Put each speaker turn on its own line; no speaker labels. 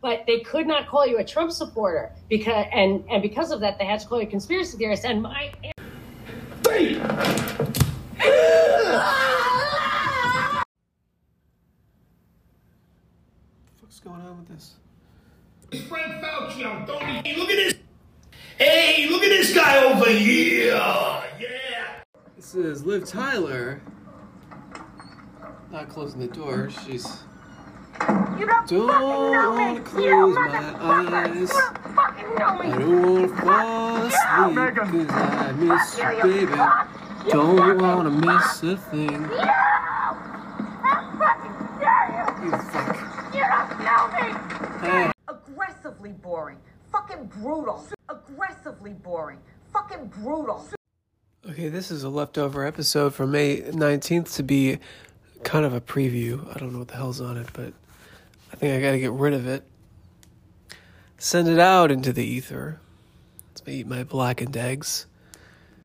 but they could not call you a Trump supporter because and and because of that they had to call you a conspiracy theorist and my
What's going on with this?
Frank Fauci, I'm throwing Hey, look at this. Hey, look at this guy over here. Yeah.
This is Liv Tyler. Not closing the door. She's.
You don't,
Don't
fucking know me.
close
you don't
my
motherfucker.
eyes.
You don't fucking know
I
me.
don't wanna fall asleep because I miss you, baby. Don't wanna miss a thing.
No! I fucking dare
You fuck. Ah.
you. You don't know me.
Hey.
aggressively boring, fucking brutal, aggressively boring, fucking brutal.
Okay, this is a leftover episode from May 19th to be kind of a preview. I don't know what the hell's on it, but I think I gotta get rid of it. Send it out into the ether. Let's me eat my blackened eggs.